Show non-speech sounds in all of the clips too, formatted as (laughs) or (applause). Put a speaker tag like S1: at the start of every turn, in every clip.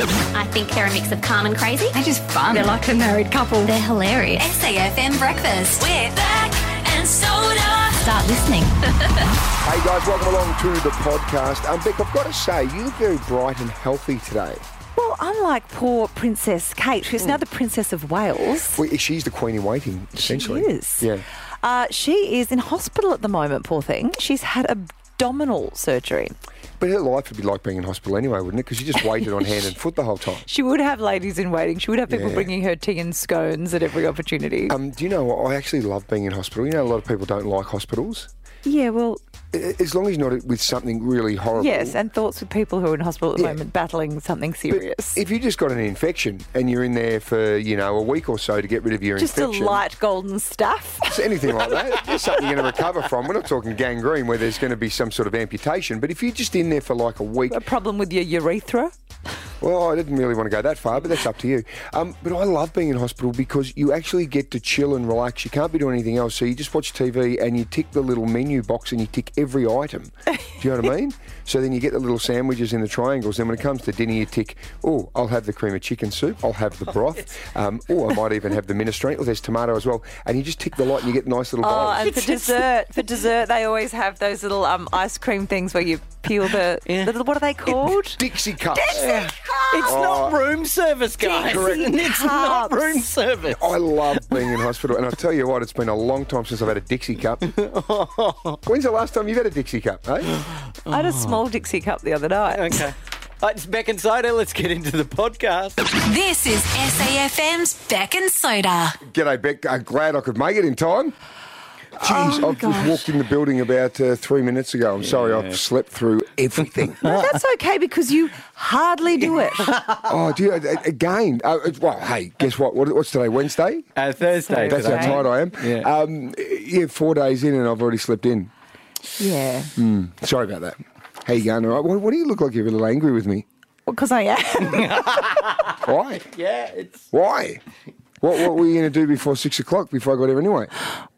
S1: I think they're a mix of calm and crazy.
S2: They're just fun. They're like a married couple.
S1: They're hilarious.
S2: SAFM Breakfast.
S3: We're back and soda.
S1: Start listening.
S4: Hey guys, welcome along to the podcast. Um, Beck, I've got to say, you look very bright and healthy today.
S5: Well, unlike poor Princess Kate, who's now the Princess of Wales,
S4: Well, she's the queen in waiting, essentially.
S5: she is.
S4: Yeah.
S5: Uh, she is in hospital at the moment, poor thing. She's had abdominal surgery.
S4: But her life would be like being in hospital anyway, wouldn't it? Because she just waited on hand and foot the whole time.
S5: She would have ladies in waiting. She would have people
S4: Yeah.
S5: bringing her tea and scones at every opportunity.
S4: Um, do you know what? I actually love being in hospital. You know, a lot of people don't like hospitals.
S5: yeah, well,
S4: A- As long as you're not with something really horrible.
S5: yes, and thoughts with people who are in hospital at the
S4: Yeah.
S5: moment battling something
S4: But
S5: serious.
S4: if you just got an infection and you're in there for, you know, a week or so to get rid of your
S5: Just
S4: infection.
S5: a light golden staff.
S4: It's anything like that. It's something you're going to recover from. We're not talking gangrene where there's going to be some sort of amputation. But if you're just in there for like a week,
S5: (laughs) a problem with your urethra.
S4: Oh. well, I didn't really want to go that far, but that's up to you. Um, but I love being in hospital because you actually get to chill and relax. You can't be doing anything else. So you just watch TV and you tick the little menu box and you tick every item. Do you know what I mean? So then you get the little sandwiches in the triangles. Then when it comes to dinner, you tick, oh, I'll have the cream of chicken soup. I'll have the broth. Um, or I might even have the minestrone. Oh, there's tomato as well. And you just tick the lot and you get nice little
S5: Oh,
S4: bowls.
S5: (laughs) and for dessert, for dessert, they always have those little um, ice cream things where you peel the, the little, what are they called?
S4: Dixie cups.
S6: It's
S4: Oh.
S6: not room service, guys.
S5: Correct.
S6: (laughs) It's not
S5: cups.
S6: room service.
S4: I love being in hospital, and I tell you what, it's been a long time since I've had a Dixie
S6: (laughs)
S4: cup. When's the last time you've had a Dixie cup, eh?
S5: I had a small Dixie cup the other night.
S6: Okay.
S4: Uh,
S6: Right, it's Beck and Soda. Let's get into the podcast.
S3: This is SAFM's Beck and Soda.
S4: G'day, Beck. I'm glad I could make it in time.
S6: Oh
S4: Jeez, I've just walked in the building about uh, three minutes ago. I'm sorry, I've slept through
S6: (laughs)
S4: everything.
S5: But that's okay because you hardly do it.
S4: oh, do you, a- a- again? Uh, it's- well, hey, guess what? what? What's today? Wednesday?
S6: Uh, Thursday.
S4: That's how
S6: today.
S4: tired I am.
S6: Yeah.
S4: Um, yeah, four days in, and I've already slept in.
S5: (laughs) yeah.
S4: Sorry about that. How you going? All right. What, what do you look like? You're a little angry with me.
S5: Because I am.
S4: Why?
S6: Yeah, it's
S4: Why? What, what were you going to do before six o'clock before I got here anyway?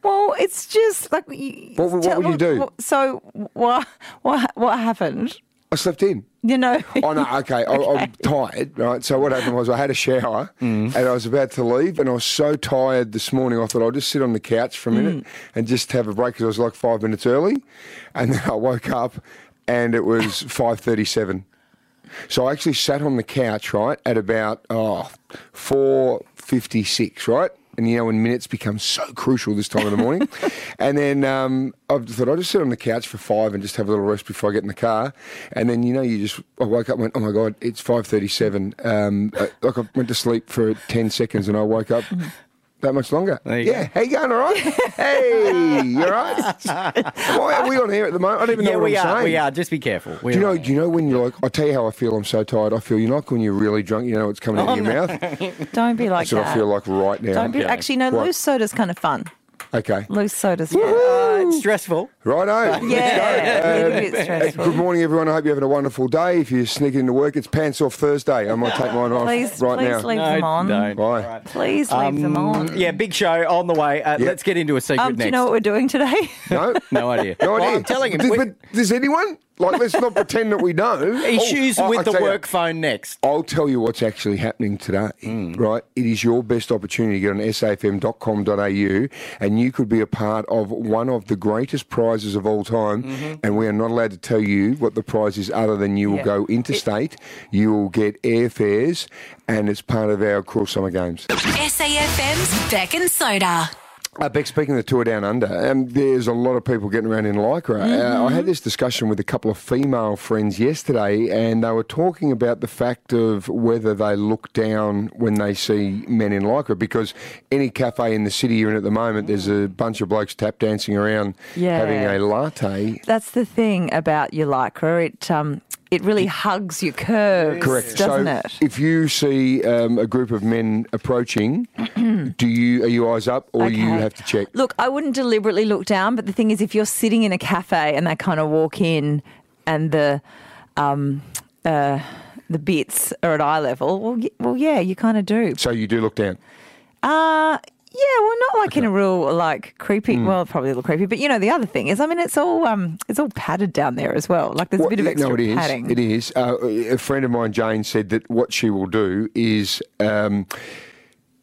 S5: well, it's just like. You,
S4: What would- what would you do?
S5: so, what, what, what happened?
S4: I slept in.
S5: You know?
S4: Oh, no,
S5: (laughs)
S4: okay. I, I'm tired, right? So, what happened was I had a shower and I was about to leave, and I was so tired this morning. I thought I'll just sit on the couch for a minute and just have a break because I was like five minutes early. And then I woke up and it was 5.37. So, I actually sat on the couch, right, at about oh, 4.56, right? And you know, when minutes become so crucial this time of the
S6: (laughs)
S4: morning. and then um, I thought, I'll just sit on the couch for five and just have a little rest before I get in the car. And then, you know, you just, I woke up and went, oh my God, it's 5.37. Um, uh, like I went to sleep for 10 seconds and I woke
S6: (laughs)
S4: up that much longer.
S6: you
S4: yeah, how you going, all
S6: (laughs)
S4: right? hey, you all right? Why are we on here at the moment? I don't even
S6: yeah,
S4: know what
S6: we
S4: I'm
S6: are.
S4: saying.
S6: We are. Just be careful. We
S4: Do you
S6: are.
S4: know? Do you know when you're like? I tell you how I feel. I'm so tired. I feel you know, like when you're really drunk. You know, it's coming out of your mouth.
S5: (laughs)
S4: That's
S5: Don't be like
S4: what
S5: that.
S4: I feel like right now.
S5: Oh, Don't be,
S6: Okay.
S5: Actually, no,
S4: What?
S5: loose soda's kind of fun.
S4: Okay.
S5: Loose soda's fun.
S6: Uh, it's stressful.
S4: Righto.
S5: Yeah, a little bit
S4: Hey,
S5: stressful.
S4: Good morning, everyone. I hope you're having a wonderful day. If you're sneaking into work, it's pants off Thursday. I might take mine off
S5: Please,
S4: right
S5: please
S4: now.
S5: leave
S6: No,
S5: them on.
S6: don't.
S4: Why?
S6: All right.
S5: Please leave them on.
S6: Um, Yeah, big show on the way. Uh,
S4: Yeah.
S6: Let's get into a secret
S5: Um,
S6: next.
S5: do you know what we're doing today? (laughs)
S4: No.
S6: No idea.
S4: (laughs) No idea.
S6: Well, I'm telling him.
S4: Does,
S6: we-
S4: but does anyone like? Let's not pretend that we know.
S6: issues
S4: Oh, I-
S6: with
S4: I
S6: the
S4: tell you-
S6: work phone next.
S4: I'll tell you what's actually happening today, right? It is your best opportunity to get on safm.com.au and you could be a part of one of the greatest prizes of all time. And we are not allowed to tell you what the prize is, other than you will
S5: Yeah.
S4: go interstate, you will get airfares, and it's part of our Cruel Summer Games.
S3: SAFM's Beck and Soda.
S4: Uh, Beck, speaking of the tour down under, um, there's a lot of people getting around in Lycra. Uh, I
S5: Mm-hmm.
S4: had this discussion with a couple of female friends yesterday, and they were talking about the fact of whether they look down when they see men in Lycra. Because any cafe in the city you're in at the moment, there's a bunch of blokes tap dancing around
S5: Yeah.
S4: having a latte.
S5: That's the thing about your lycra. It um, it really hugs your curves, doesn't
S4: so
S5: it?
S4: if you see um, a group of men
S5: (clears throat)
S4: approaching, do you are you eyes up or you
S5: Okay.
S4: have to check?
S5: Look, I wouldn't deliberately look down, but the thing is, if you're sitting in a cafe and they kind of walk in, and the um, uh, the bits are at eye level, well, y- well, yeah, you kind of do.
S4: So you do look down.
S5: Uh Yeah, well, not like in a real like creepy.
S4: Hmm.
S5: Well, probably a little creepy, but you know the other thing is, I mean, it's all um, it's all padded down there as well. Like there's a bit of
S4: Well,
S5: extra
S4: no, it is.
S5: padding.
S4: It is. Uh, a friend of mine, Jane, said that what she will do is. Um,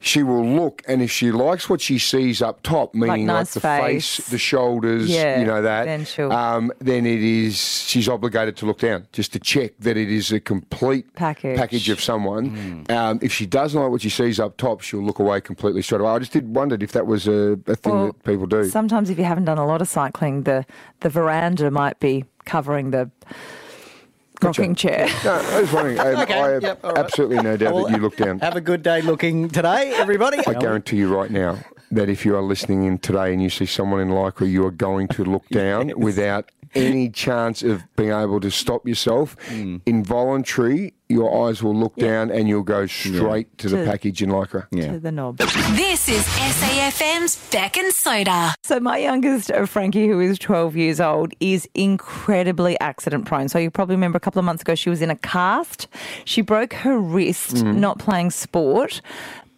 S4: she will look, and if she likes what she sees up top, meaning like,
S5: nice
S4: the
S5: face.
S4: the shoulders,
S5: Yeah,
S4: you know that,
S5: then she'll-
S4: um, then it is she's obligated to look down just to check that it is a complete
S5: Package.
S4: of someone.
S6: Hmm.
S4: Um, if she doesn't like what she sees up top, she'll look away completely straight away. I just did wondered if that was a, a thing
S5: Well,
S4: that people do.
S5: Sometimes if you haven't done a lot of cycling, the the veranda might be covering the rocking chair.
S4: no, I was
S5: (laughs)
S4: wondering. um,
S6: Okay,
S4: I have
S6: yep, all right.
S4: absolutely no doubt
S6: Well,
S4: that you look
S6: (laughs)
S4: down.
S6: Have a good day looking today, everybody.
S4: (laughs) I guarantee you right now that if you are listening in today and you see someone in Lycra, you are going to
S5: (laughs)
S4: look down without any chance of being able to stop yourself.
S5: Hmm.
S4: Involuntary, your eyes will look down and you'll go straight to the
S5: To-
S4: package in Lycra.
S5: (laughs) To the knob.
S3: This is SAFM's Beck and Soda.
S5: So my youngest uh, Frankie, who is 12 years old, is incredibly accident prone. So you probably remember a couple of months ago she was in a cast. She broke her wrist
S4: Mm.
S5: not playing sport.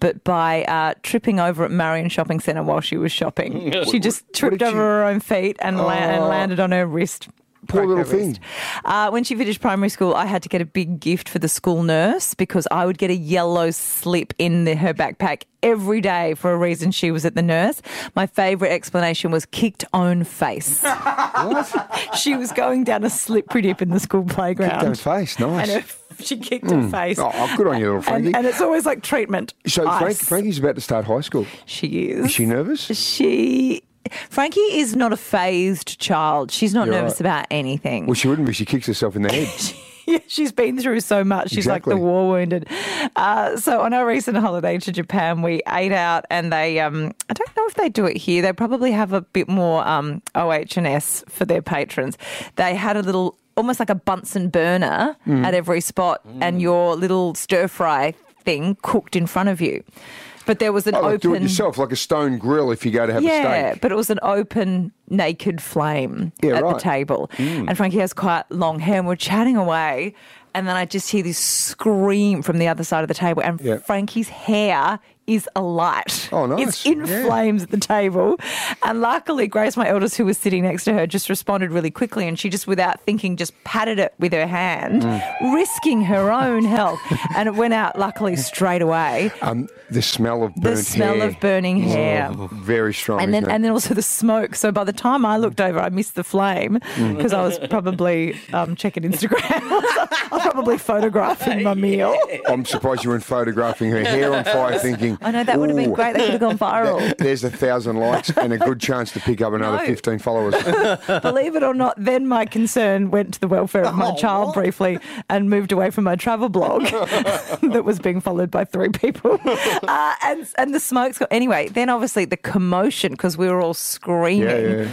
S5: But by uh, tripping over at Marion Shopping Centre while she
S4: (laughs)
S5: was shopping, she just tripped
S4: did
S5: over
S4: she- Oh.
S5: her own feet and, la- and landed on her wrist.
S4: Poor
S5: Broke her
S4: little thing.
S5: wrist. Uh, when she finished primary school, I had to get a big gift for the school nurse because I would get a yellow slip in the, her backpack every day for a reason she was at the nurse. My favourite explanation was kicked
S4: (laughs)
S5: own face. (laughs) she was going down a slippery dip in the school playground.
S4: Down face, nice.
S5: And her, she kicked her face.
S4: Oh, good on you, little Frankie.
S5: And, and it's always like treatment.
S4: so Frank,
S5: Ice.
S4: Frankie's about to start high school.
S5: She is.
S4: Is she nervous?
S5: She. Frankie is not a phased child. She's not
S4: You're
S5: nervous
S4: right.
S5: about anything.
S4: Well, she wouldn't be. She kicks herself in the head.
S5: (laughs) Yeah, she's been through so much. She's
S4: Exactly.
S5: like the war wounded. Uh, so on our recent holiday to Japan, we ate out, and they um, I don't know if they do it here. They probably have a bit more um, OH and S for their patrons. They had a little. Almost like a Bunsen burner
S4: Mm.
S5: at every spot, and your little stir fry thing cooked in front of you. But there was an
S4: I like
S5: open
S4: Oh, do it yourself, like a stone grill if you go to have a
S5: yeah,
S4: steak.
S5: but it was an open, naked flame
S4: Yeah,
S5: at
S4: right. Mm.
S5: the table. And Frankie has quite long hair, and we're chatting away. And then I just hear this scream from the other side of the table, and
S4: Yeah.
S5: Frankie's hair is alight.
S4: Oh, nice.
S5: It's in
S4: Yeah.
S5: flames at the table. And luckily, Grace, my eldest, who was sitting next to her, just responded really quickly. And she just, without thinking, just patted it with her hand,
S4: Mm.
S5: risking her own health. and it went out, luckily, straight away.
S4: Um, the smell of burnt
S5: the smell
S4: hair. Oh,
S5: of burning hair
S4: Very strong.
S5: and then
S4: isn't it?
S5: and then also the smoke. So by the time I looked over, I missed the flame because I was probably um, checking Instagram. (laughs) I was probably photographing my meal.
S4: I'm surprised you weren't photographing her hair on fire thinking.
S5: (laughs) I know that would have been
S4: "Ooh,
S5: great. That could have gone viral.
S4: that- There's a thousand likes and a good chance to pick up another
S5: No.
S4: 15
S5: (laughs)
S4: followers.
S5: Believe it or not, then my concern went to the welfare of my child briefly and moved away from my travel blog (laughs) that was being followed by three people. (laughs) Uh, and and the smoke's got anyway. Then obviously the commotion because we were all screaming.
S4: yeah.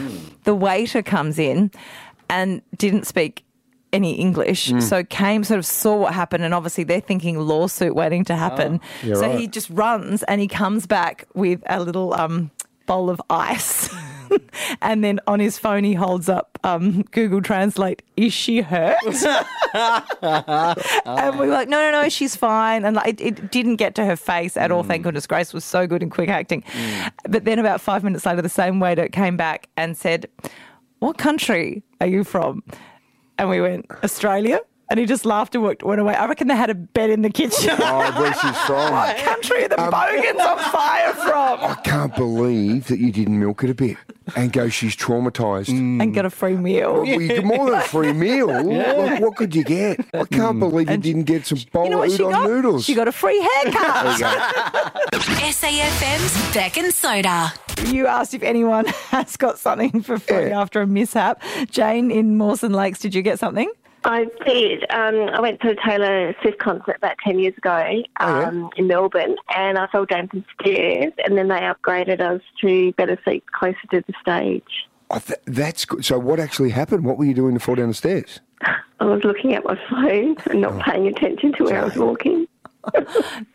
S5: The waiter comes in and didn't speak any English,
S4: Mm.
S5: so came sort of saw what happened, and obviously they're thinking lawsuit waiting to happen.
S4: Ah. Yeah,
S5: so
S4: right.
S5: he just runs and he comes back with a little um, bowl of ice. (laughs) and then on his phone, he holds up um, Google Translate, is she hurt? and we were like, no, no, no, she's fine. And like, it, it didn't get to her face at all.
S4: Mm.
S5: Thank goodness Grace was so good in quick acting. But then about five minutes later, the same waiter came back and said, what country are you from? And we went, Australia? And he just laughed and walked, went away. I reckon they had a bed in the kitchen.
S4: (laughs) oh, Um, where she's
S5: what
S4: from.
S5: (laughs) country are the
S4: (laughs)
S5: bogans on fire from?
S4: I can't believe that you didn't milk it a bit and go, she's traumatised.
S5: And got a free meal.
S4: Well, you get more than a free meal. Like, what could you get? I can't believe you didn't get some bowl
S5: You know what
S4: of
S5: she
S4: udon
S5: got?
S4: noodles.
S5: She got
S4: (laughs)
S5: a free haircut.
S3: SAFM's Beck and Soda.
S5: you asked if anyone (laughs) has got something for free
S4: Yeah.
S5: after a mishap. Jane in Mawson Lakes, did you get something?
S7: I did. Um, I went to a Taylor Swift concert about 10 years ago
S4: yeah?
S7: um, in Melbourne and I fell down some stairs and then they upgraded us to better seats closer to the stage.
S4: Oh, th- that's good. So, what actually happened? What were you doing to fall down the stairs?
S7: (laughs) I was looking at my phone and not paying attention to where I was walking.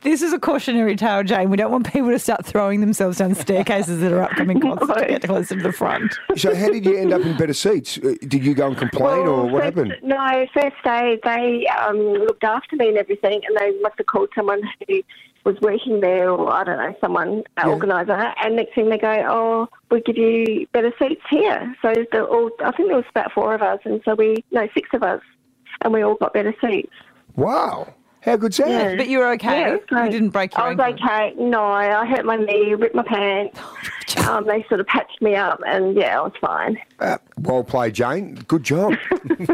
S5: This is a cautionary tale, Jane. We don't want people to start throwing themselves down staircases that are
S7: (laughs)
S5: upcoming concerts to get closer to the front.
S4: So how did you end up in better seats? Uh, Did you go and complain
S7: Well,
S4: or what
S5: (laughs)
S7: first-
S4: happened?
S7: No, first day they um, looked after me and everything, and they must have called someone who was working there, or I don't know, someone uh, organizer. And next thing they go, oh, we give you better seats here. So the, all, I think there was about four of us, and so we no six of us, and we all got better seats.
S4: Wow. How good's that?
S7: Yeah.
S5: But you were okay.
S7: Yeah,
S5: you
S7: so-
S5: didn't break your
S7: I was
S5: ankle.
S7: okay. No, I hurt my knee, ripped
S5: (laughs)
S7: my pants. um, they sort of patched me up, and yeah, I was fine. (laughs)
S4: Uh, well played, Jane. Good
S5: (laughs)
S4: job.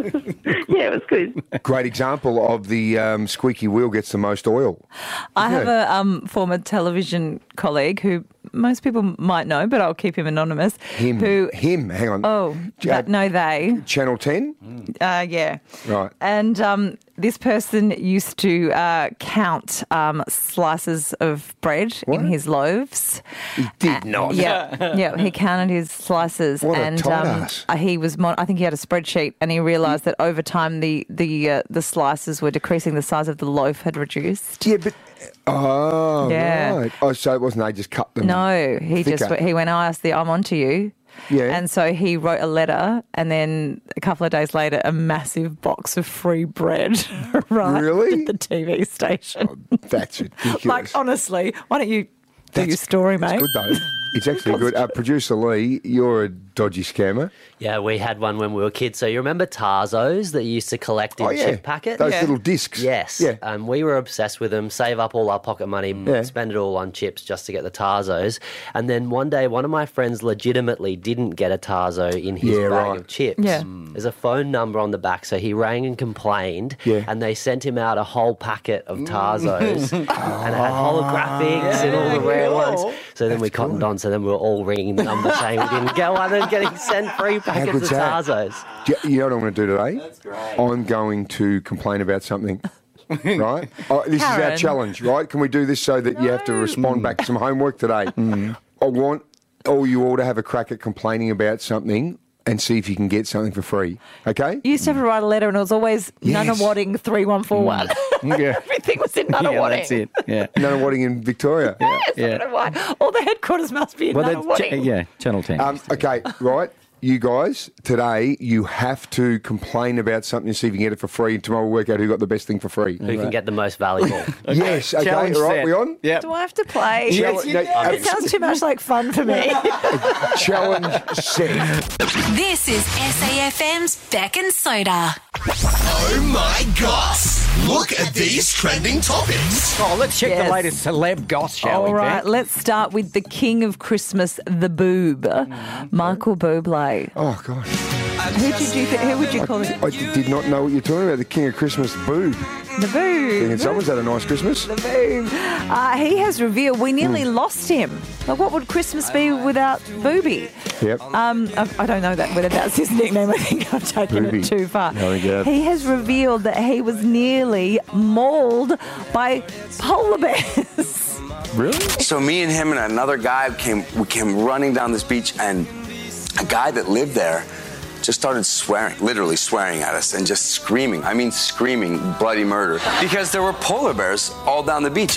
S7: Yeah, it was good.
S4: Great example of the um, squeaky wheel gets the most oil.
S5: I have a um, former television colleague who most people might know, but I'll keep him anonymous.
S4: Him.
S5: Who?
S4: Him. Hang on.
S5: Oh,
S4: Ja-
S5: but no, they.
S4: Channel 10?
S5: Uh, yeah.
S4: Right.
S5: And um, this person used to uh, count um, slices of bread
S4: What?
S5: in his loaves.
S4: He did not.
S5: Uh, Yeah, yeah. He counted his slices,
S4: What a
S5: and
S4: tight ass.
S5: uh, he was. Mon- I think he had a spreadsheet, and he realised that over time the the uh, the slices were decreasing. The size of the loaf had reduced.
S4: Yeah, but. Oh,
S5: Yeah.
S4: right. Oh, so it wasn't they just cut them?
S5: No, he just
S4: Mm. Thicker.
S5: just he went. I asked the I'm onto you.
S4: Yeah.
S5: And so he wrote a letter, and then a couple of days later, a massive box of free bread (laughs) arrived
S4: Really? Oh,
S5: at the TV station.
S4: (laughs) That's ridiculous.
S5: like honestly, why don't you do your story, mate?
S4: It's good,
S5: (laughs)
S4: though. It's actually good. Uh, Producer Lee, you're a dodgy scammer.
S8: Yeah, we had one when we were kids. So you remember Tarzos that you used to collect in
S4: oh, yeah.
S8: chip packet?
S4: Those
S5: Yeah.
S4: little discs.
S8: Yes.
S4: Yeah.
S8: Um, we were obsessed with them, save up all our pocket money, m-
S4: Yeah.
S8: spend it all on chips just to get the Tarzos. And then one day, one of my friends legitimately didn't get a Tarzo in his
S4: Yeah,
S8: bag
S4: right.
S8: of chips. Mm.
S5: Yeah.
S8: There's a phone number on the back. So he rang and complained.
S4: Yeah. Mm.
S8: And they sent him out a whole packet of
S4: (laughs)
S8: Tarzos. and it had holographics and all
S4: Ah.
S8: the rare ones. So then we cottoned on. So then we were all ringing the number saying we didn't get one and getting sent free
S4: good's
S8: packets of
S4: that?
S8: Tarzos.
S4: Do you, you know what I'm going to do today? That's great. I'm going to complain about something. right? Oh, this is our
S5: Karen.
S4: challenge, right? Can we do this so that you have to respond back to some homework today? I want all you all to have a crack at complaining about something and see if you can get something for free. Okay?
S5: You used to have to write a letter, and it was always
S4: Yes.
S5: Nunawading three one four one. (laughs)
S6: Mm. Yeah.
S5: Everything was in Nunawading.
S6: (laughs) yeah, that's it.
S5: (laughs)
S6: Yeah.
S4: No wadding in Victoria.
S5: I don't know why. All the headquarters must be in
S6: Well,
S5: Nunawading.
S6: that's cha- yeah, Channel 10.
S4: Um, okay, right. You guys, today you have to complain about something and see if you can get it for free. Tomorrow we'll work out who got the best thing for free.
S8: Who can get the
S4: (laughs)
S8: most valuable?
S4: Yes, okay,
S6: Challenge
S4: all right,
S6: set.
S4: we on?
S6: Yep.
S5: Do I have to play?
S4: Challenge, no, uh,
S5: It sounds too much like fun for
S6: (laughs)
S5: me.
S4: challenge set.
S3: This is SAFM's Beck and Soda.
S9: Oh my gosh! Look at these trending topics.
S6: Oh, let's check
S5: Yes.
S6: the latest celeb goss, shall
S5: All
S6: we?
S5: right,
S6: Beck?
S5: let's start with the king of Christmas, the boob,
S6: Mm,
S5: Michael Bublé.
S4: Oh, God.
S5: Who did you? Th- who would you call it?
S4: I did not know what you're talking about. The King of Christmas boob.
S5: The boob.
S4: Thinking someone's had a nice Christmas.
S5: The boob. Uh, he has revealed we nearly
S6: Mm.
S5: lost him. Like, what would Christmas be without Booby?
S4: Yep.
S5: Um, I, I don't know that whether that's his nickname. I think I've taken
S4: Booby.
S5: it too far.
S4: No, yeah.
S5: He has revealed that he was nearly mauled by polar bears. (laughs)
S4: really?
S10: So me and him and another guy came we came running down this beach and a guy that lived there just started swearing, literally swearing at us and just screaming. I mean screaming bloody murder because there were polar bears all down the beach.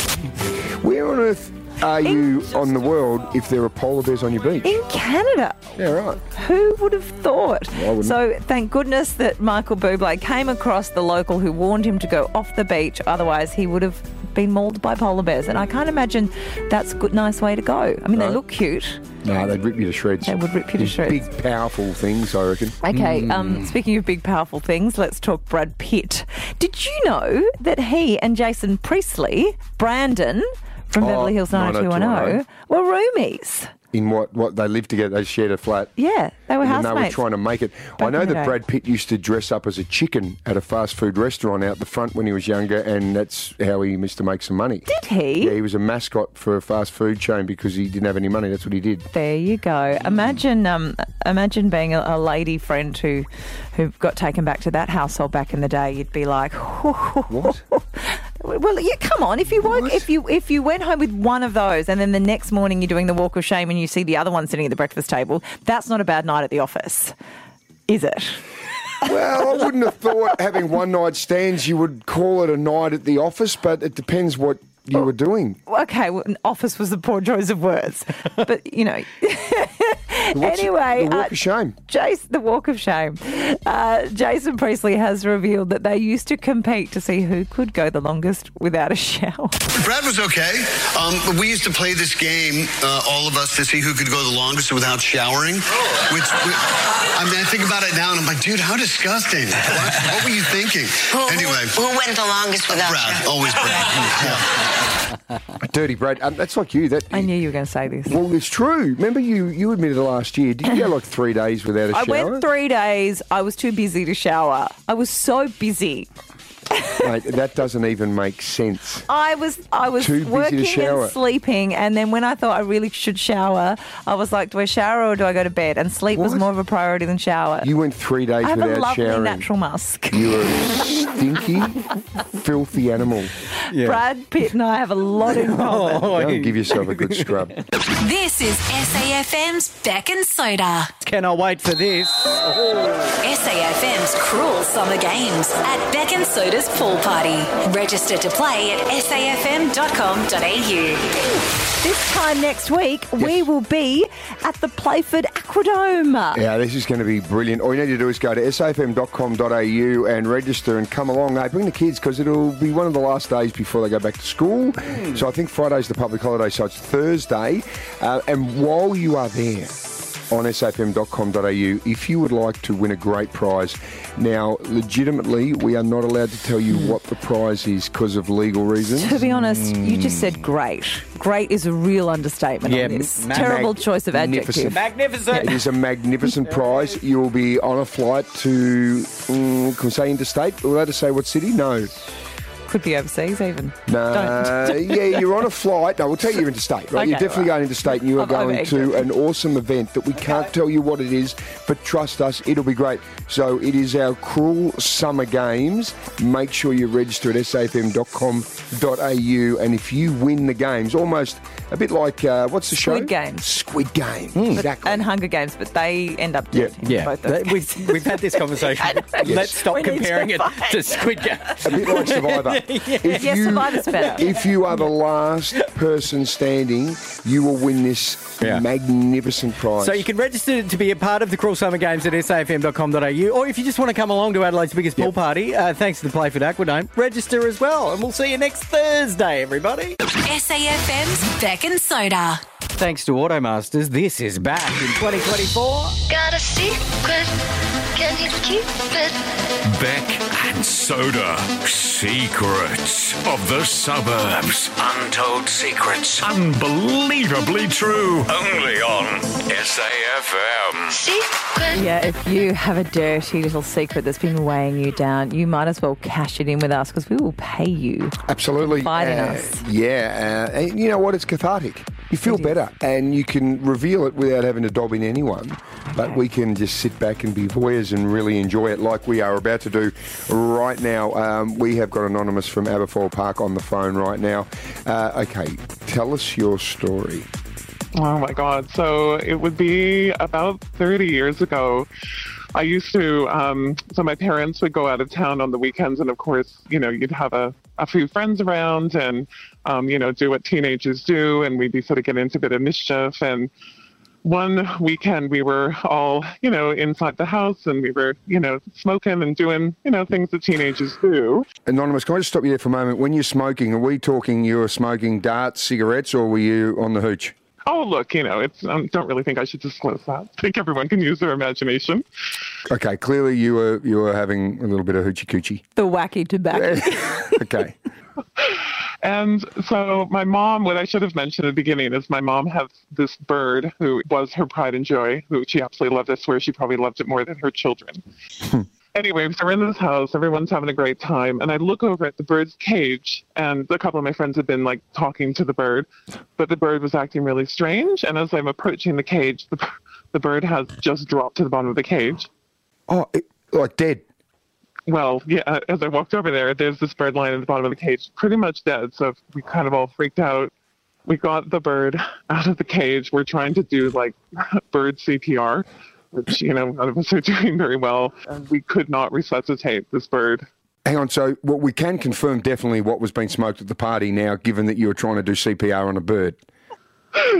S4: Where on earth are you on the world if there are polar bears on your beach?
S5: In Canada,
S4: Yeah, right.
S5: Who would have thought?
S4: wouldn't.
S5: So thank goodness that Michael Bublé came across the local who warned him to go off the beach, otherwise he would have been mauled by polar bears. And I can't imagine that's a good, nice way to go. I mean, they look cute.
S4: No, they'd rip you to shreds.
S5: They would rip you to
S4: These
S5: shreds.
S4: Big, powerful things, I reckon.
S5: Okay,
S4: Mm.
S5: um, speaking of big, powerful things, let's talk Brad Pitt. Did you know that he and Jason Priestley, Brandon from
S4: Oh,
S5: Beverly Hills 90210,
S4: 90210,
S5: were roomies?
S4: In what, what they lived together, they shared a flat.
S5: Yeah, they were
S4: And they were
S5: housemates.
S4: trying to make it. I
S5: Back
S4: know
S5: in the
S4: that
S5: day.
S4: Brad Pitt used to dress up as a chicken at a fast food restaurant out the front when he was younger, and that's how he used to make some money.
S5: Did he?
S4: Yeah, he was a mascot for a fast food chain because he didn't have any money. That's what he did.
S5: There you go. Imagine, um, imagine being a, a lady friend who, who got taken back to that household back in the day. You'd be like, (laughs)
S4: What?
S5: well, yeah, come on. If you woke, if you if you went home with one of those, and then the next morning you're doing the walk of shame, and you see the other one sitting at the breakfast table, that's not a bad night at the office, is it?
S4: (laughs) Well, I wouldn't have thought having one night stands, you would call it a night at the office, but it depends what you were doing.
S5: Okay, well, an office was a poor choice of
S4: (laughs)
S5: words, but you know.
S4: What's
S5: anyway,
S4: the walk
S5: uh,
S4: of shame.
S5: Jason, the walk of shame. Uh, Jason Priestley has revealed that they used to compete to see who could go the longest without a shower.
S9: Brad was okay. Um, but we used to play this game, uh, all of us, to see who could go the longest without showering. Which, we- I mean, I think about it now and I'm like, dude, how disgusting. What, what were you thinking? Anyway,
S11: Who went the longest without
S9: Brad,
S11: (laughs)
S9: always Brad. Yeah.
S4: Dirty Brad. Um, that's like you. That
S5: I knew you were going to say this.
S4: Well, it's true. Remember, you you admitted last year. Did you go like three days without a
S5: I
S4: shower?
S5: went three days. I was too busy to shower. I was so busy.
S4: Mate, that doesn't even make sense.
S5: I was I was
S4: Too busy to
S5: working
S4: shower.
S5: and sleeping, and then when I thought I really should shower, I was like, do I shower or do I go to bed? And sleep was
S4: What?
S5: more of a priority than shower.
S4: You went three days
S5: I have
S4: without
S5: a lovely
S4: showering.
S5: natural musk.
S4: You were a stinky, filthy animal.
S5: Brad Pitt and I have a lot in
S4: (laughs)
S5: common.
S6: Oh, (laughs)
S4: Don't give yourself a (laughs) good scrub.
S3: This is SAFM's Beck and Soda.
S6: Cannot wait for this.
S3: SAFM's Cruel Summer Games at Beck and Soda's Pool Party. Register to play at safm.com.au.
S5: this time next week, we will be at the Playford Aquadome.
S4: Yeah, this is going to be brilliant. All you need to do is go to safm.com.au and register and come along. Hey, bring the kids because it'll be one of the last days before they go back to school. So I think Friday's the public holiday, so it's Thursday. Uh, and while you are there on safm.com.au, if you would like to win a great prize, now, legitimately, we are not allowed to tell you what the prize is because of legal reasons.
S5: (laughs) To be honest, you just
S4: Mm.
S5: said great. Great is a real understatement
S6: Yeah,
S5: on this.
S6: ma-
S5: Terrible choice of
S4: magnificent.
S5: adjective.
S6: Magnificent.
S4: It is a magnificent prize. You will be on a flight to, mm, can we say interstate? Are we allowed to say what city? No.
S5: Could be overseas even.
S4: No, Uh, yeah, you're on a flight. No, we'll tell you interstate, right? you're
S5: Okay,
S4: definitely going interstate and you are
S5: I've- I've
S4: going
S5: egged
S4: to
S5: it.
S4: an awesome event that we can't tell you what it is, but trust us, it'll be great. So it is our Cruel Summer Games. Make sure you register at safm.com.au and if you win the games, almost a bit like, uh, what's the show?
S5: Squid Hmm. Game.
S4: Squid Game, exactly.
S5: And Hunger Games, but they end up
S4: Yeah.
S5: dead.
S6: Yeah,
S5: Both those
S6: (laughs) that-
S5: games.
S6: we've, we've had this
S5: (laughs)
S6: conversation.
S5: I know.
S6: Let's stop
S5: We need to
S6: comparing it
S5: find
S6: to Squid Game.
S4: a bit like Survivor. If
S5: (laughs) Yeah, Survivor's better.
S4: If you are the last person standing, you will win this
S6: Yeah.
S4: magnificent prize.
S6: So you can register to be a part of the Cruel Summer Games at safm.com.au, or if you just want to come along to Adelaide's biggest pool party, uh, thanks to the Playford Aquadome, register as well, and we'll see you next Thursday, everybody.
S3: SAFM's Beck and Soda.
S6: Thanks to Automasters, this is back in 2024.
S11: Got a secret? Can you keep it?
S9: Beck and Soda. Secrets of the suburbs. Untold secrets. Unbelievably true. Only on SAFM.
S11: Secret?
S5: Yeah, if you have a dirty little secret that's been weighing you down, you might as well cash it in with us because we will pay you.
S4: Absolutely.
S5: Confide in
S4: Uh,
S5: us.
S4: Yeah. Uh, and you know what? It's cathartic. You feel better and you can reveal it without having to dob in anyone. But we can just sit back and be voyeurs and really enjoy it like we are about to do right now. Um, we have got Anonymous from Aberfoyle Park on the phone right now. Uh, okay, tell us your story.
S12: Oh my god. So it would be about 30 years ago. I used to, um, so my parents would go out of town on the weekends, and of course, you know, you'd have a, a few friends around and, um, you know, do what teenagers do, and we'd be sort of get into a bit of mischief. And one weekend, we were all, you know, inside the house and we were, you know, smoking and doing, you know, things that teenagers do.
S4: Anonymous, can I just stop you there for a moment? When you're smoking, are we talking you were smoking darts, cigarettes, or were you on the hooch?
S12: Oh, look, you know, it's, I don't really think I should disclose that. I think everyone can use their imagination.
S4: Okay, clearly you were you were having a little bit of hoochie coochie.
S5: The wacky tobacco.
S4: (laughs) Okay.
S12: And so my mom, what I should have mentioned at the beginning is my mom has this bird who was her pride and joy, who she absolutely loved. I swear she probably loved it more than her children. anyway, so we're in this house, everyone's having a great time, and I look over at the bird's cage, and a couple of my friends had been like talking to the bird, but the bird was acting really strange. And as I'm approaching the cage, the, the bird has just dropped to the bottom of the cage.
S4: Oh, it, like dead.
S12: Well, yeah, uh, as I walked over there, there's this bird lying at the bottom of the cage, pretty much dead. So we kind of all freaked out. (laughs) We got the bird out of the cage. We're trying to do like bird CPR. which, you know, none of us are (laughs) doing very well. And we could not resuscitate this bird.
S4: Hang on. So, what we can confirm definitely what was being smoked at the party now, given that you were trying to do CPR on a bird.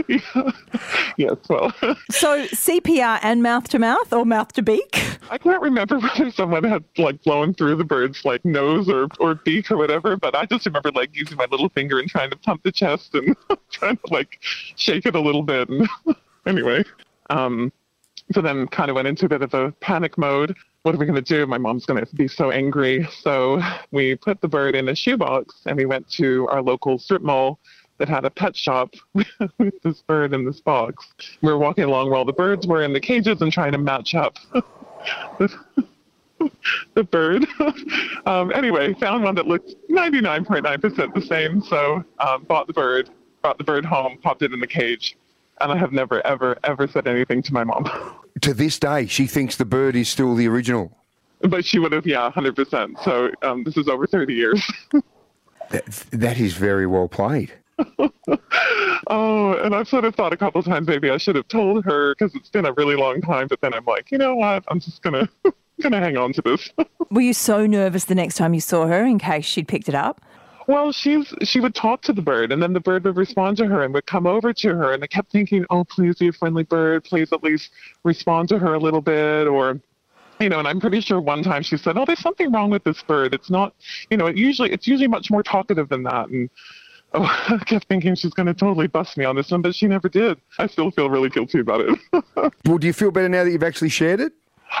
S12: yes, well, (laughs)
S5: So CPR and mouth to mouth or mouth to beak?
S12: I can't remember (laughs) whether someone had like blown through the bird's like nose or, or beak or whatever, but I just remember like using my little finger and trying to pump the chest and (laughs) trying to like shake it a little bit. (laughs) And anyway, um, so then kind of went into a bit of a panic mode. What are we going to do? My mom's going to be so angry. So we put the bird in a shoebox and we went to our local strip mall that had a pet shop (laughs) with this bird in this box. We were walking along while the birds were in the cages and trying to match up (laughs) the, the bird. (laughs) um, anyway, found one that looked 99.9% the same. So um, bought the bird, brought the bird home, popped it in the cage. And I have never, ever, ever said anything to my mom. (laughs)
S4: To this day, she thinks the bird is still the original.
S12: But she would have, yeah, 100%. So um, this is over 30 years. (laughs)
S4: That, that is very well played.
S12: Oh, and I've sort of thought a couple of times maybe I should have told her because it's been a really long time. But then I'm like, you know what? I'm just gonna (laughs) gonna hang on to this. (laughs)
S5: Were you so nervous the next time you saw her in case she'd picked it up?
S12: well, she's she would talk to the bird, and then the bird would respond to her and would come over to her. And I kept thinking, oh, please be a friendly bird. Please at least respond to her a little bit, or you know. And I'm pretty sure one time she said, oh, there's something wrong with this bird. It's not, you know, it usually it's usually much more talkative than that. And oh, (laughs) I kept thinking she's gonna totally bust me on this one, but she never did. I still feel really guilty about it. (laughs)
S4: Well, do you feel better now that you've actually shared it?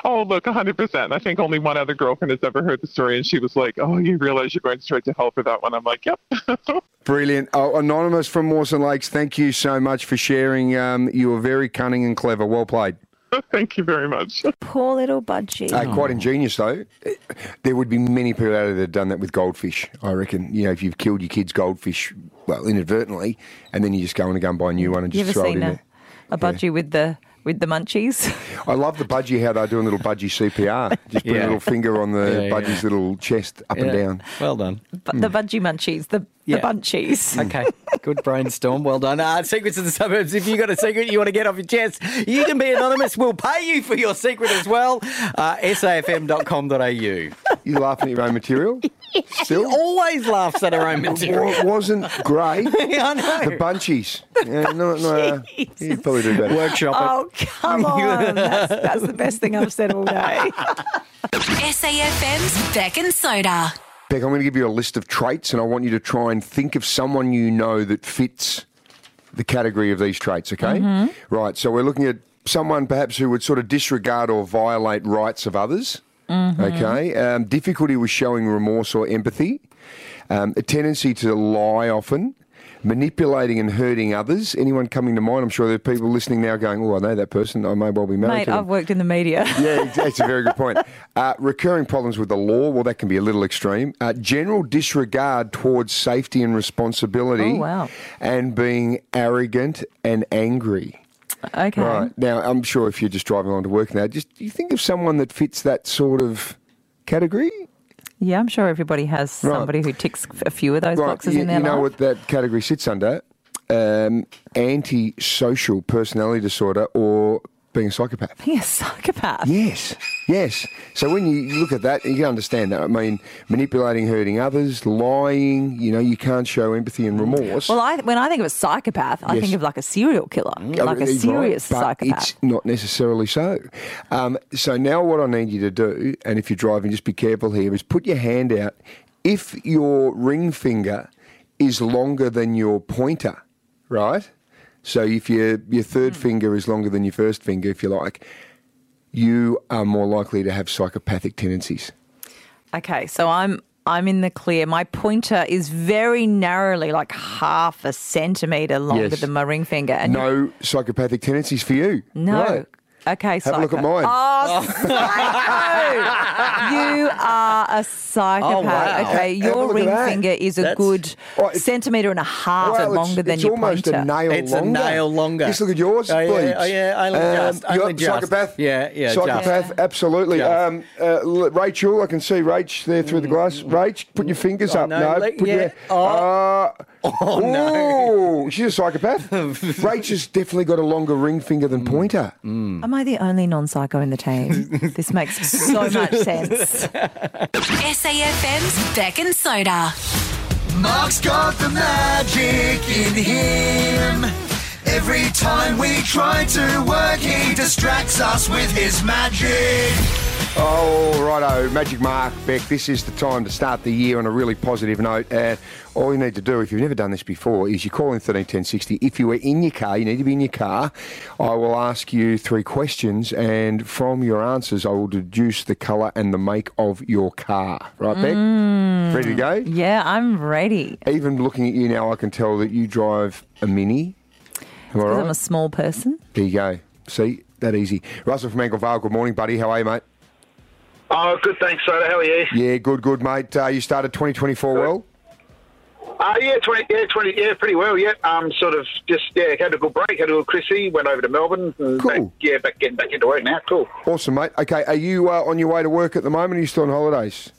S12: Oh, look, 100%. I think only one other girlfriend has ever heard the story, and she was like, Oh, you realize you're going straight to hell for that one. I'm like, Yep. (laughs)
S4: Brilliant. Oh, Anonymous from Mawson Lakes, thank you so much for sharing. Um, you were very cunning and clever. Well played.
S12: Thank you very much.
S13: Poor little budgie.
S5: Oh.
S4: Uh, quite ingenious, though. There would be many people out there that have done that with goldfish, I reckon. You know, if you've killed your kid's goldfish, well, inadvertently, and then you just go and go and buy a new one and
S5: you
S4: just
S5: ever
S4: throw it in
S5: seen a,
S4: there.
S5: a budgie with the with the munchies? (laughs)
S4: I love the budgie, how they're doing little budgie CPR. Just put
S5: Yeah.
S4: a little finger on the
S5: Yeah,
S4: budgie's little chest up and
S5: Yeah.
S4: down.
S6: Well done.
S5: Bu-
S4: Mm.
S5: The budgie munchies, the,
S6: Yeah.
S5: the bunchies.
S6: (laughs) Okay, good brainstorm. Well done. Uh, secrets of the suburbs. If you got a secret you want to get off your chest, you can be anonymous. We'll pay you for your secret as well. Uh, safm.com.au.
S4: You laughing at your own
S5: (laughs)
S4: material? She
S6: always laughs
S4: (laughs)
S6: at her own material. (laughs)
S4: It wasn't
S5: (laughs)
S4: great.
S6: I know.
S4: The bunchies. Yeah, no, no, uh, you'd probably do better.
S6: Workshop
S5: Oh,
S4: (laughs)
S5: come on. That's, that's the best thing I've said all day.
S3: SAFM's Beck and Soda.
S4: Beck, I'm going to give you a list of traits, and I want you to try and think of someone you know that fits the category of these traits, okay?
S14: Mhm.
S5: Mm-hmm.
S4: Right, so we're looking at someone perhaps who would sort of disregard or violate rights of others,
S5: Mm-hmm.
S14: Mhm.
S4: okay? Um, difficulty with showing remorse or empathy, um, a tendency to lie often. Manipulating and hurting others. Anyone coming to mind? I'm sure there are people listening now going, "Oh, I know that person. I may well be married
S5: Mate,
S4: to them."
S5: I've worked in the media.
S4: yeah, ex- that's a very good point. Uh, recurring problems with the law, well, that can be a little extreme. Uh, general disregard towards safety and responsibility.
S5: Oh, wow.
S4: And being arrogant and angry.
S5: Okay.
S4: Right. Now, I'm sure if you're just driving along to work now, just you think of someone that fits that sort of category?
S5: Yeah, I'm sure everybody has somebody who ticks a few of those
S4: right.
S5: boxes
S4: you,
S5: in their
S4: you know what
S5: life.
S4: that category sits under? Um, antisocial personality disorder or being a psychopath.
S5: (laughs) Being a psychopath.
S4: Yes. Yes. So when you you look at that, you can understand that. I mean, manipulating, hurting others, lying, you know, you can't show empathy and remorse.
S5: Well, I, when I think of a psychopath, I
S4: Yes.
S5: think of like a serial killer,
S4: Uh,
S5: like a
S4: right,
S5: serious
S4: but
S5: psychopath.
S4: It's not necessarily so. Um, so now, what I need you to do, and if you're driving, just be careful here, is put your hand out. If your ring finger is longer than your pointer, right? So if your your third
S5: Hmm.
S4: finger is longer than your first finger, if you like, you are more likely to have psychopathic tendencies.
S5: Okay, so I'm I'm in the clear. My pointer is very narrowly, like half a centimeter longer
S4: Yes.
S5: than my ring finger. And
S4: no psychopathic tendencies for you.
S5: no.
S4: Right.
S5: Okay,
S4: Have a look at mine.
S5: Oh, psycho! you are a psychopath.
S4: Oh, wow.
S5: Okay,
S4: Have a
S5: your
S4: look at
S5: ring
S4: that.
S5: finger is a
S4: That's-
S5: good centimeter and a half
S4: Well, it's-
S5: longer than
S4: it's
S5: your
S4: almost a
S5: pointer.
S4: nail It's a longer. nail longer. Just look at yours,
S6: Oh,
S4: please.
S6: yeah, oh, yeah, only
S4: Um,
S6: just.
S4: you're
S6: Only
S4: a
S6: just.
S4: psychopath?
S6: Yeah, yeah, just.
S4: Psychopath, absolutely.
S6: Just. Mm.
S4: Um, uh, l- Rachel, I can see Rach there through the glass. Rach, put your fingers
S6: Oh,
S4: up.
S6: no,
S4: No,
S6: le-
S4: put
S6: yeah.
S4: your. Oh,
S6: (laughs)
S4: oh
S6: Mm.
S4: no. She's a psychopath. Rach has definitely got a longer ring finger than pointer.
S5: I'm am I the only non psycho in
S4: (laughs)
S5: the team? this makes so much sense.
S3: SAFM's Beck and Soda.
S15: Mark's got the magic in him. Every time we try to work, he distracts us with his magic.
S4: Oh, righto, Magic Mark, Beck. This is the time to start the year on a really positive note. Uh, all you need to do, if you've never done this before, is you call in 131060. If you were in your car, you need to be in your car. I will ask you three questions, and from your answers, I will deduce the colour and the make of your car. Right, Beck?
S5: Mm.
S4: Ready to go?
S5: Yeah, I'm ready.
S4: Even looking at you now, I can tell that you drive a Mini. Am I
S5: Because
S4: right?
S5: I'm a
S4: (laughs)
S5: small person.
S4: there you go. See, that easy. Russell from Angle Vale, good morning, buddy. How are you, mate?
S12: Oh, good, thanks, Soda. How are you?
S4: Yeah, good, good, mate. Uh, you started 2024 well?
S12: Uh, yeah, 20, yeah, 20, yeah, pretty well, yeah. Um, sort of just, yeah, had a good break, had a good Chrissy, went over to Melbourne. And cool. Back, yeah, back, getting back into work now, cool.
S4: Awesome, mate. Okay, are you uh, on your way to work at the moment or are you still on holidays?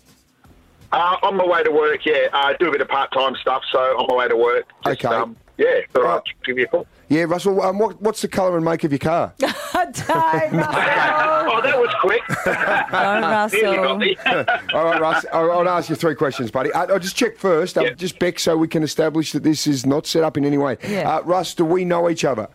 S12: Uh, on my way to work, yeah, uh, do a bit of part-time stuff, so on my way to work. Just,
S4: Okay.
S12: Um, yeah, all right, give me a call.
S4: Yeah, Russell, um, what, what's the colour and make of your car?
S12: oh, that was
S4: (laughs)
S12: quick. Nearly got me.
S4: all right, Russ, I'll, I'll ask you three questions, buddy. I, I'll just check first, uh, just Beck, so we can establish that this is not set up in any way.
S12: Yeah.
S4: Uh, Russ, do we know each other?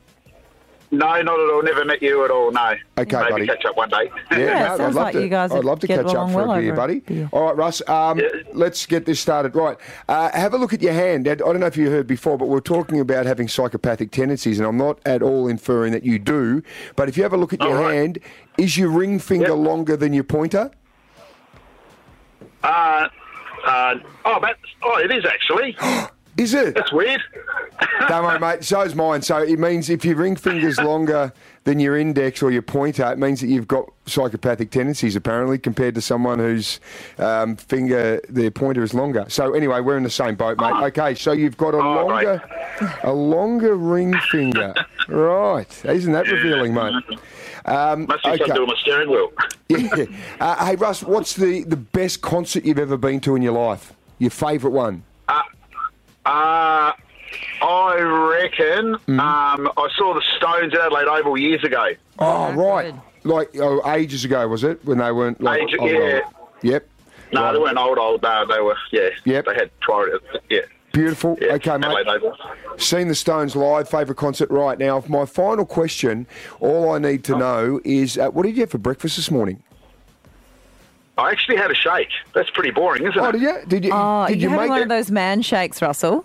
S12: No, not at all. Never met you at all, no.
S4: Okay,
S12: Maybe
S4: buddy.
S12: catch up one day.
S4: mate, I'd love to, I'd love to catch up for a beer, buddy. All right, Russ, um, let's get this started. Right, uh, have a look at your hand. I I don't know if you heard before, but we are talking about having psychopathic tendencies, and I'm not at all inferring that you do. But if you have a look at your hand, is your ring finger longer than your pointer?
S12: Uh, uh, oh, but, oh, it is actually.
S4: Is it?
S12: That's weird.
S4: don't worry, mate. So's mine. So it means if your ring finger's longer than your index or your pointer, it means that you've got psychopathic tendencies, apparently, compared to someone whose um, finger, their pointer is longer. So anyway, we're in the same boat, mate. Okay, so you've got a longer, a longer ring finger. right. Isn't that revealing, mate? Um,
S12: Must be something to do with my steering wheel.
S4: yeah. uh, hey, Russ, what's the, the best concert you've ever been to in your life? Your favourite one?
S12: Uh, I reckon
S4: Mm.
S12: um, I saw the Stones at Adelaide Oval years ago.
S4: Oh, right. Like oh, ages ago, was it? When they weren't like.
S12: Age-
S4: oh, well.
S12: yeah.
S4: Yep.
S12: No, they weren't old, old. No, they were, yeah.
S4: Yep.
S12: They had tried Yeah.
S4: Beautiful. okay, mate.
S12: Adelaide Oval.
S4: Seen the Stones live, favourite concert right now. My final question, all I need
S12: Oh.
S4: to know is uh, what did you have for breakfast this morning?
S12: I actually had a shake. That's pretty boring, isn't it?
S4: Did you?
S5: Oh,
S12: did
S5: you,
S12: you
S5: having
S12: make
S5: one
S12: it?
S5: of those man shakes, Russell?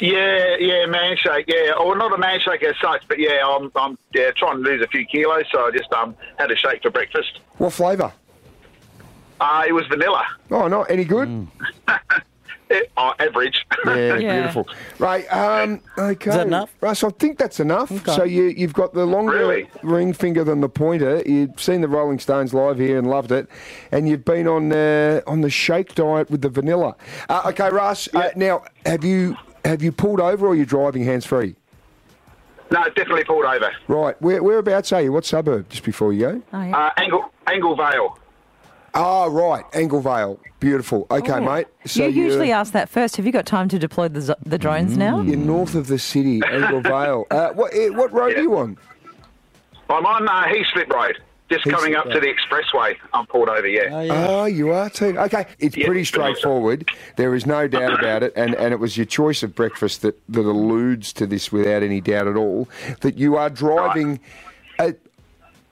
S12: Yeah, yeah, man shake. Yeah, or not a man shake as such, but yeah, I'm, I'm yeah, trying to lose a few kilos, so I just um had a shake for breakfast.
S4: What flavour?
S12: Uh, it was vanilla.
S4: Oh, not any good?
S12: Mm. It, uh, average.
S4: Yeah, beautiful. Right, um, okay.
S12: Is that enough?
S4: Russ, I think that's enough.
S12: Okay.
S4: So you, you've got the longer
S12: Really?
S4: ring finger than the pointer. You've seen the Rolling Stones live here and loved it. And you've been on uh, on the shake diet with the vanilla. Uh, okay, Russ, uh, now, have you have you pulled over or are you driving hands-free?
S12: (laughs) No, definitely pulled over.
S4: Right, where, whereabouts are you? What suburb, just before you go?
S5: Oh,
S12: Uh, Angle Angle Vale.
S4: Oh, right, Angle Vale. Beautiful. Okay, mate. So
S5: Oh.
S4: Mm.
S5: you usually
S4: you're-
S5: ask that first. Have you got time to deploy the, zo- the drones now?
S4: You're north of the city, Angle Vale. Uh, what, eh, what road are you on?
S12: I'm on uh, Heathslip Road, just
S4: Heathslip
S12: coming up to
S4: Road.
S12: the expressway. I'm pulled over, yeah.
S4: Oh, you are too. Okay, it's
S12: Yeah,
S4: pretty
S12: it's
S4: straightforward. There is no doubt about it, and, and it was your choice of breakfast that, that alludes to this without any doubt at all. That you are driving, a,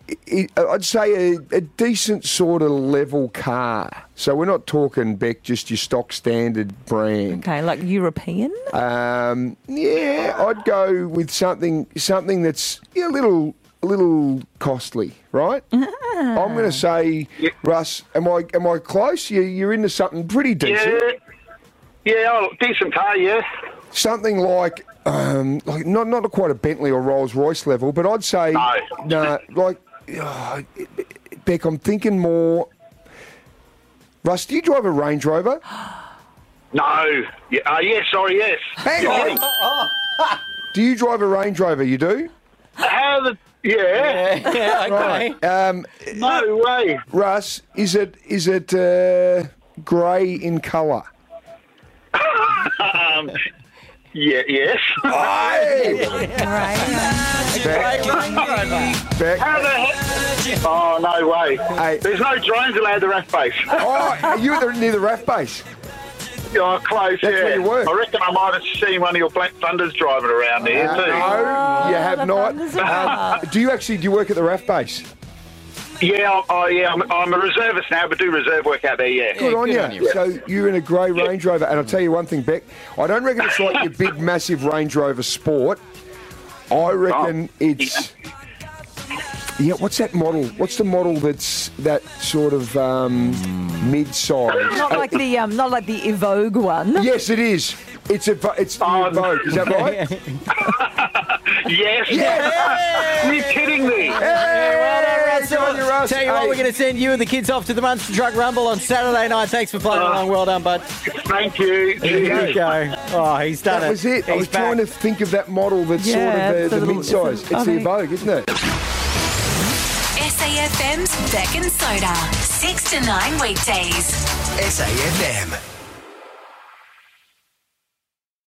S4: i- i- I'd say a, a decent sort of level car. So we're not talking Beck, just your stock standard brand.
S5: Okay, like European?
S4: Um, yeah, I'd go with something something that's yeah, a little a little costly, right? I'm going to say, Russ, am I am I close? You you're into something pretty decent.
S12: Yeah, yeah, oh, decent car, yeah.
S4: Something like, um, like not not quite a Bentley or Rolls Royce level, but I'd say no, like oh, Beck. I'm thinking more. Russ, do you drive a Range Rover?
S12: No, yeah, uh, yeah, sorry, yes.
S4: Hang on. Do you drive a Range Rover? You do.
S12: How the yeah?
S4: Right. Um,
S12: no way.
S4: Russ, is it is it uh, grey in colour?
S12: um, Yeah, yes. (laughs)
S4: Oh.
S12: How the heck? Oh, no way. There's no drones allowed at the RAF base.
S4: Oh, are you at the- near the RAF base?
S12: Oh, close,
S4: That's
S12: (laughs) yeah.
S4: where you work.
S12: I reckon I might have seen one of your Black Thunders driving around there,
S4: Uh,
S12: too.
S4: no, you have not. Um, do you actually do you work at the RAF base?
S12: Yeah, I, I, yeah I'm, I'm a reservist now, but do reserve work out there, yeah.
S4: Good on you. So you're in a grey Range Rover, and I'll tell you one thing, Beck. I don't reckon it's like your big, massive Range Rover Sport. I
S6: Oh,
S4: reckon it's. Yeah, what's that model? What's the model that's that sort of um, mid-size?
S5: Not like the um, not like the Evogue one.
S4: Yes, it is. It's a it's the
S6: Oh.
S4: Evoque. Is
S6: (laughs)
S4: that right?
S12: Yes.
S4: Uh, Yes.
S12: You're kidding me.
S6: Tell you what, we're going to send you and the kids off to the Munster Truck Rumble on Saturday night. Thanks for
S4: Uh,
S6: playing along. Well done, bud.
S12: Thank you.
S6: Here
S4: Cheers.
S6: we go. Oh, he's done
S4: that
S6: it.
S4: was it. I
S6: He's
S4: was
S6: back.
S4: trying to think of that model that's
S6: Yeah,
S4: sort of
S6: it's
S4: uh,
S6: a
S4: the
S6: little-
S4: mid-size.
S6: it's
S4: It's,
S6: a- I
S4: the
S6: think-
S4: Evoque, isn't it?
S3: SAFM's Beck and Soda. Six to nine weekdays.
S16: SAFM.